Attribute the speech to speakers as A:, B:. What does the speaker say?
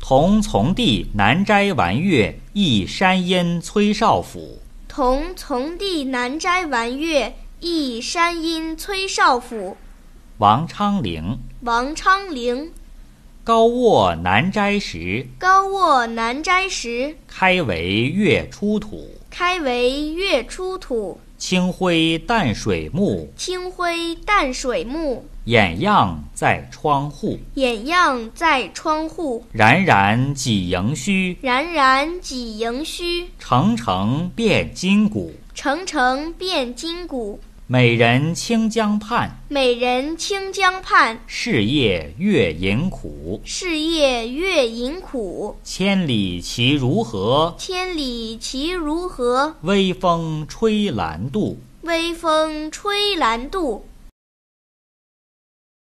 A: 同从弟南斋玩月，忆山阴崔少府。
B: 同从弟南斋玩月，忆山阴崔少府。
A: 王昌龄。
B: 王昌龄。
A: 高卧南斋时，
B: 高卧南斋时，
A: 开为月出土。
B: 开为月出土。
A: 清辉淡水暮，
B: 清辉淡水暮。
A: 掩样在窗户，
B: 掩样在窗户。
A: 冉冉几盈虚，
B: 冉冉几盈虚。
A: 澄澄变金谷，
B: 澄澄变金谷。
A: 美人清江畔，
B: 美人清江畔。
A: 是夜月吟苦，
B: 是夜月吟苦。
A: 千里其如何？
B: 千里其如何？
A: 微风吹兰渡，
B: 微风吹兰渡。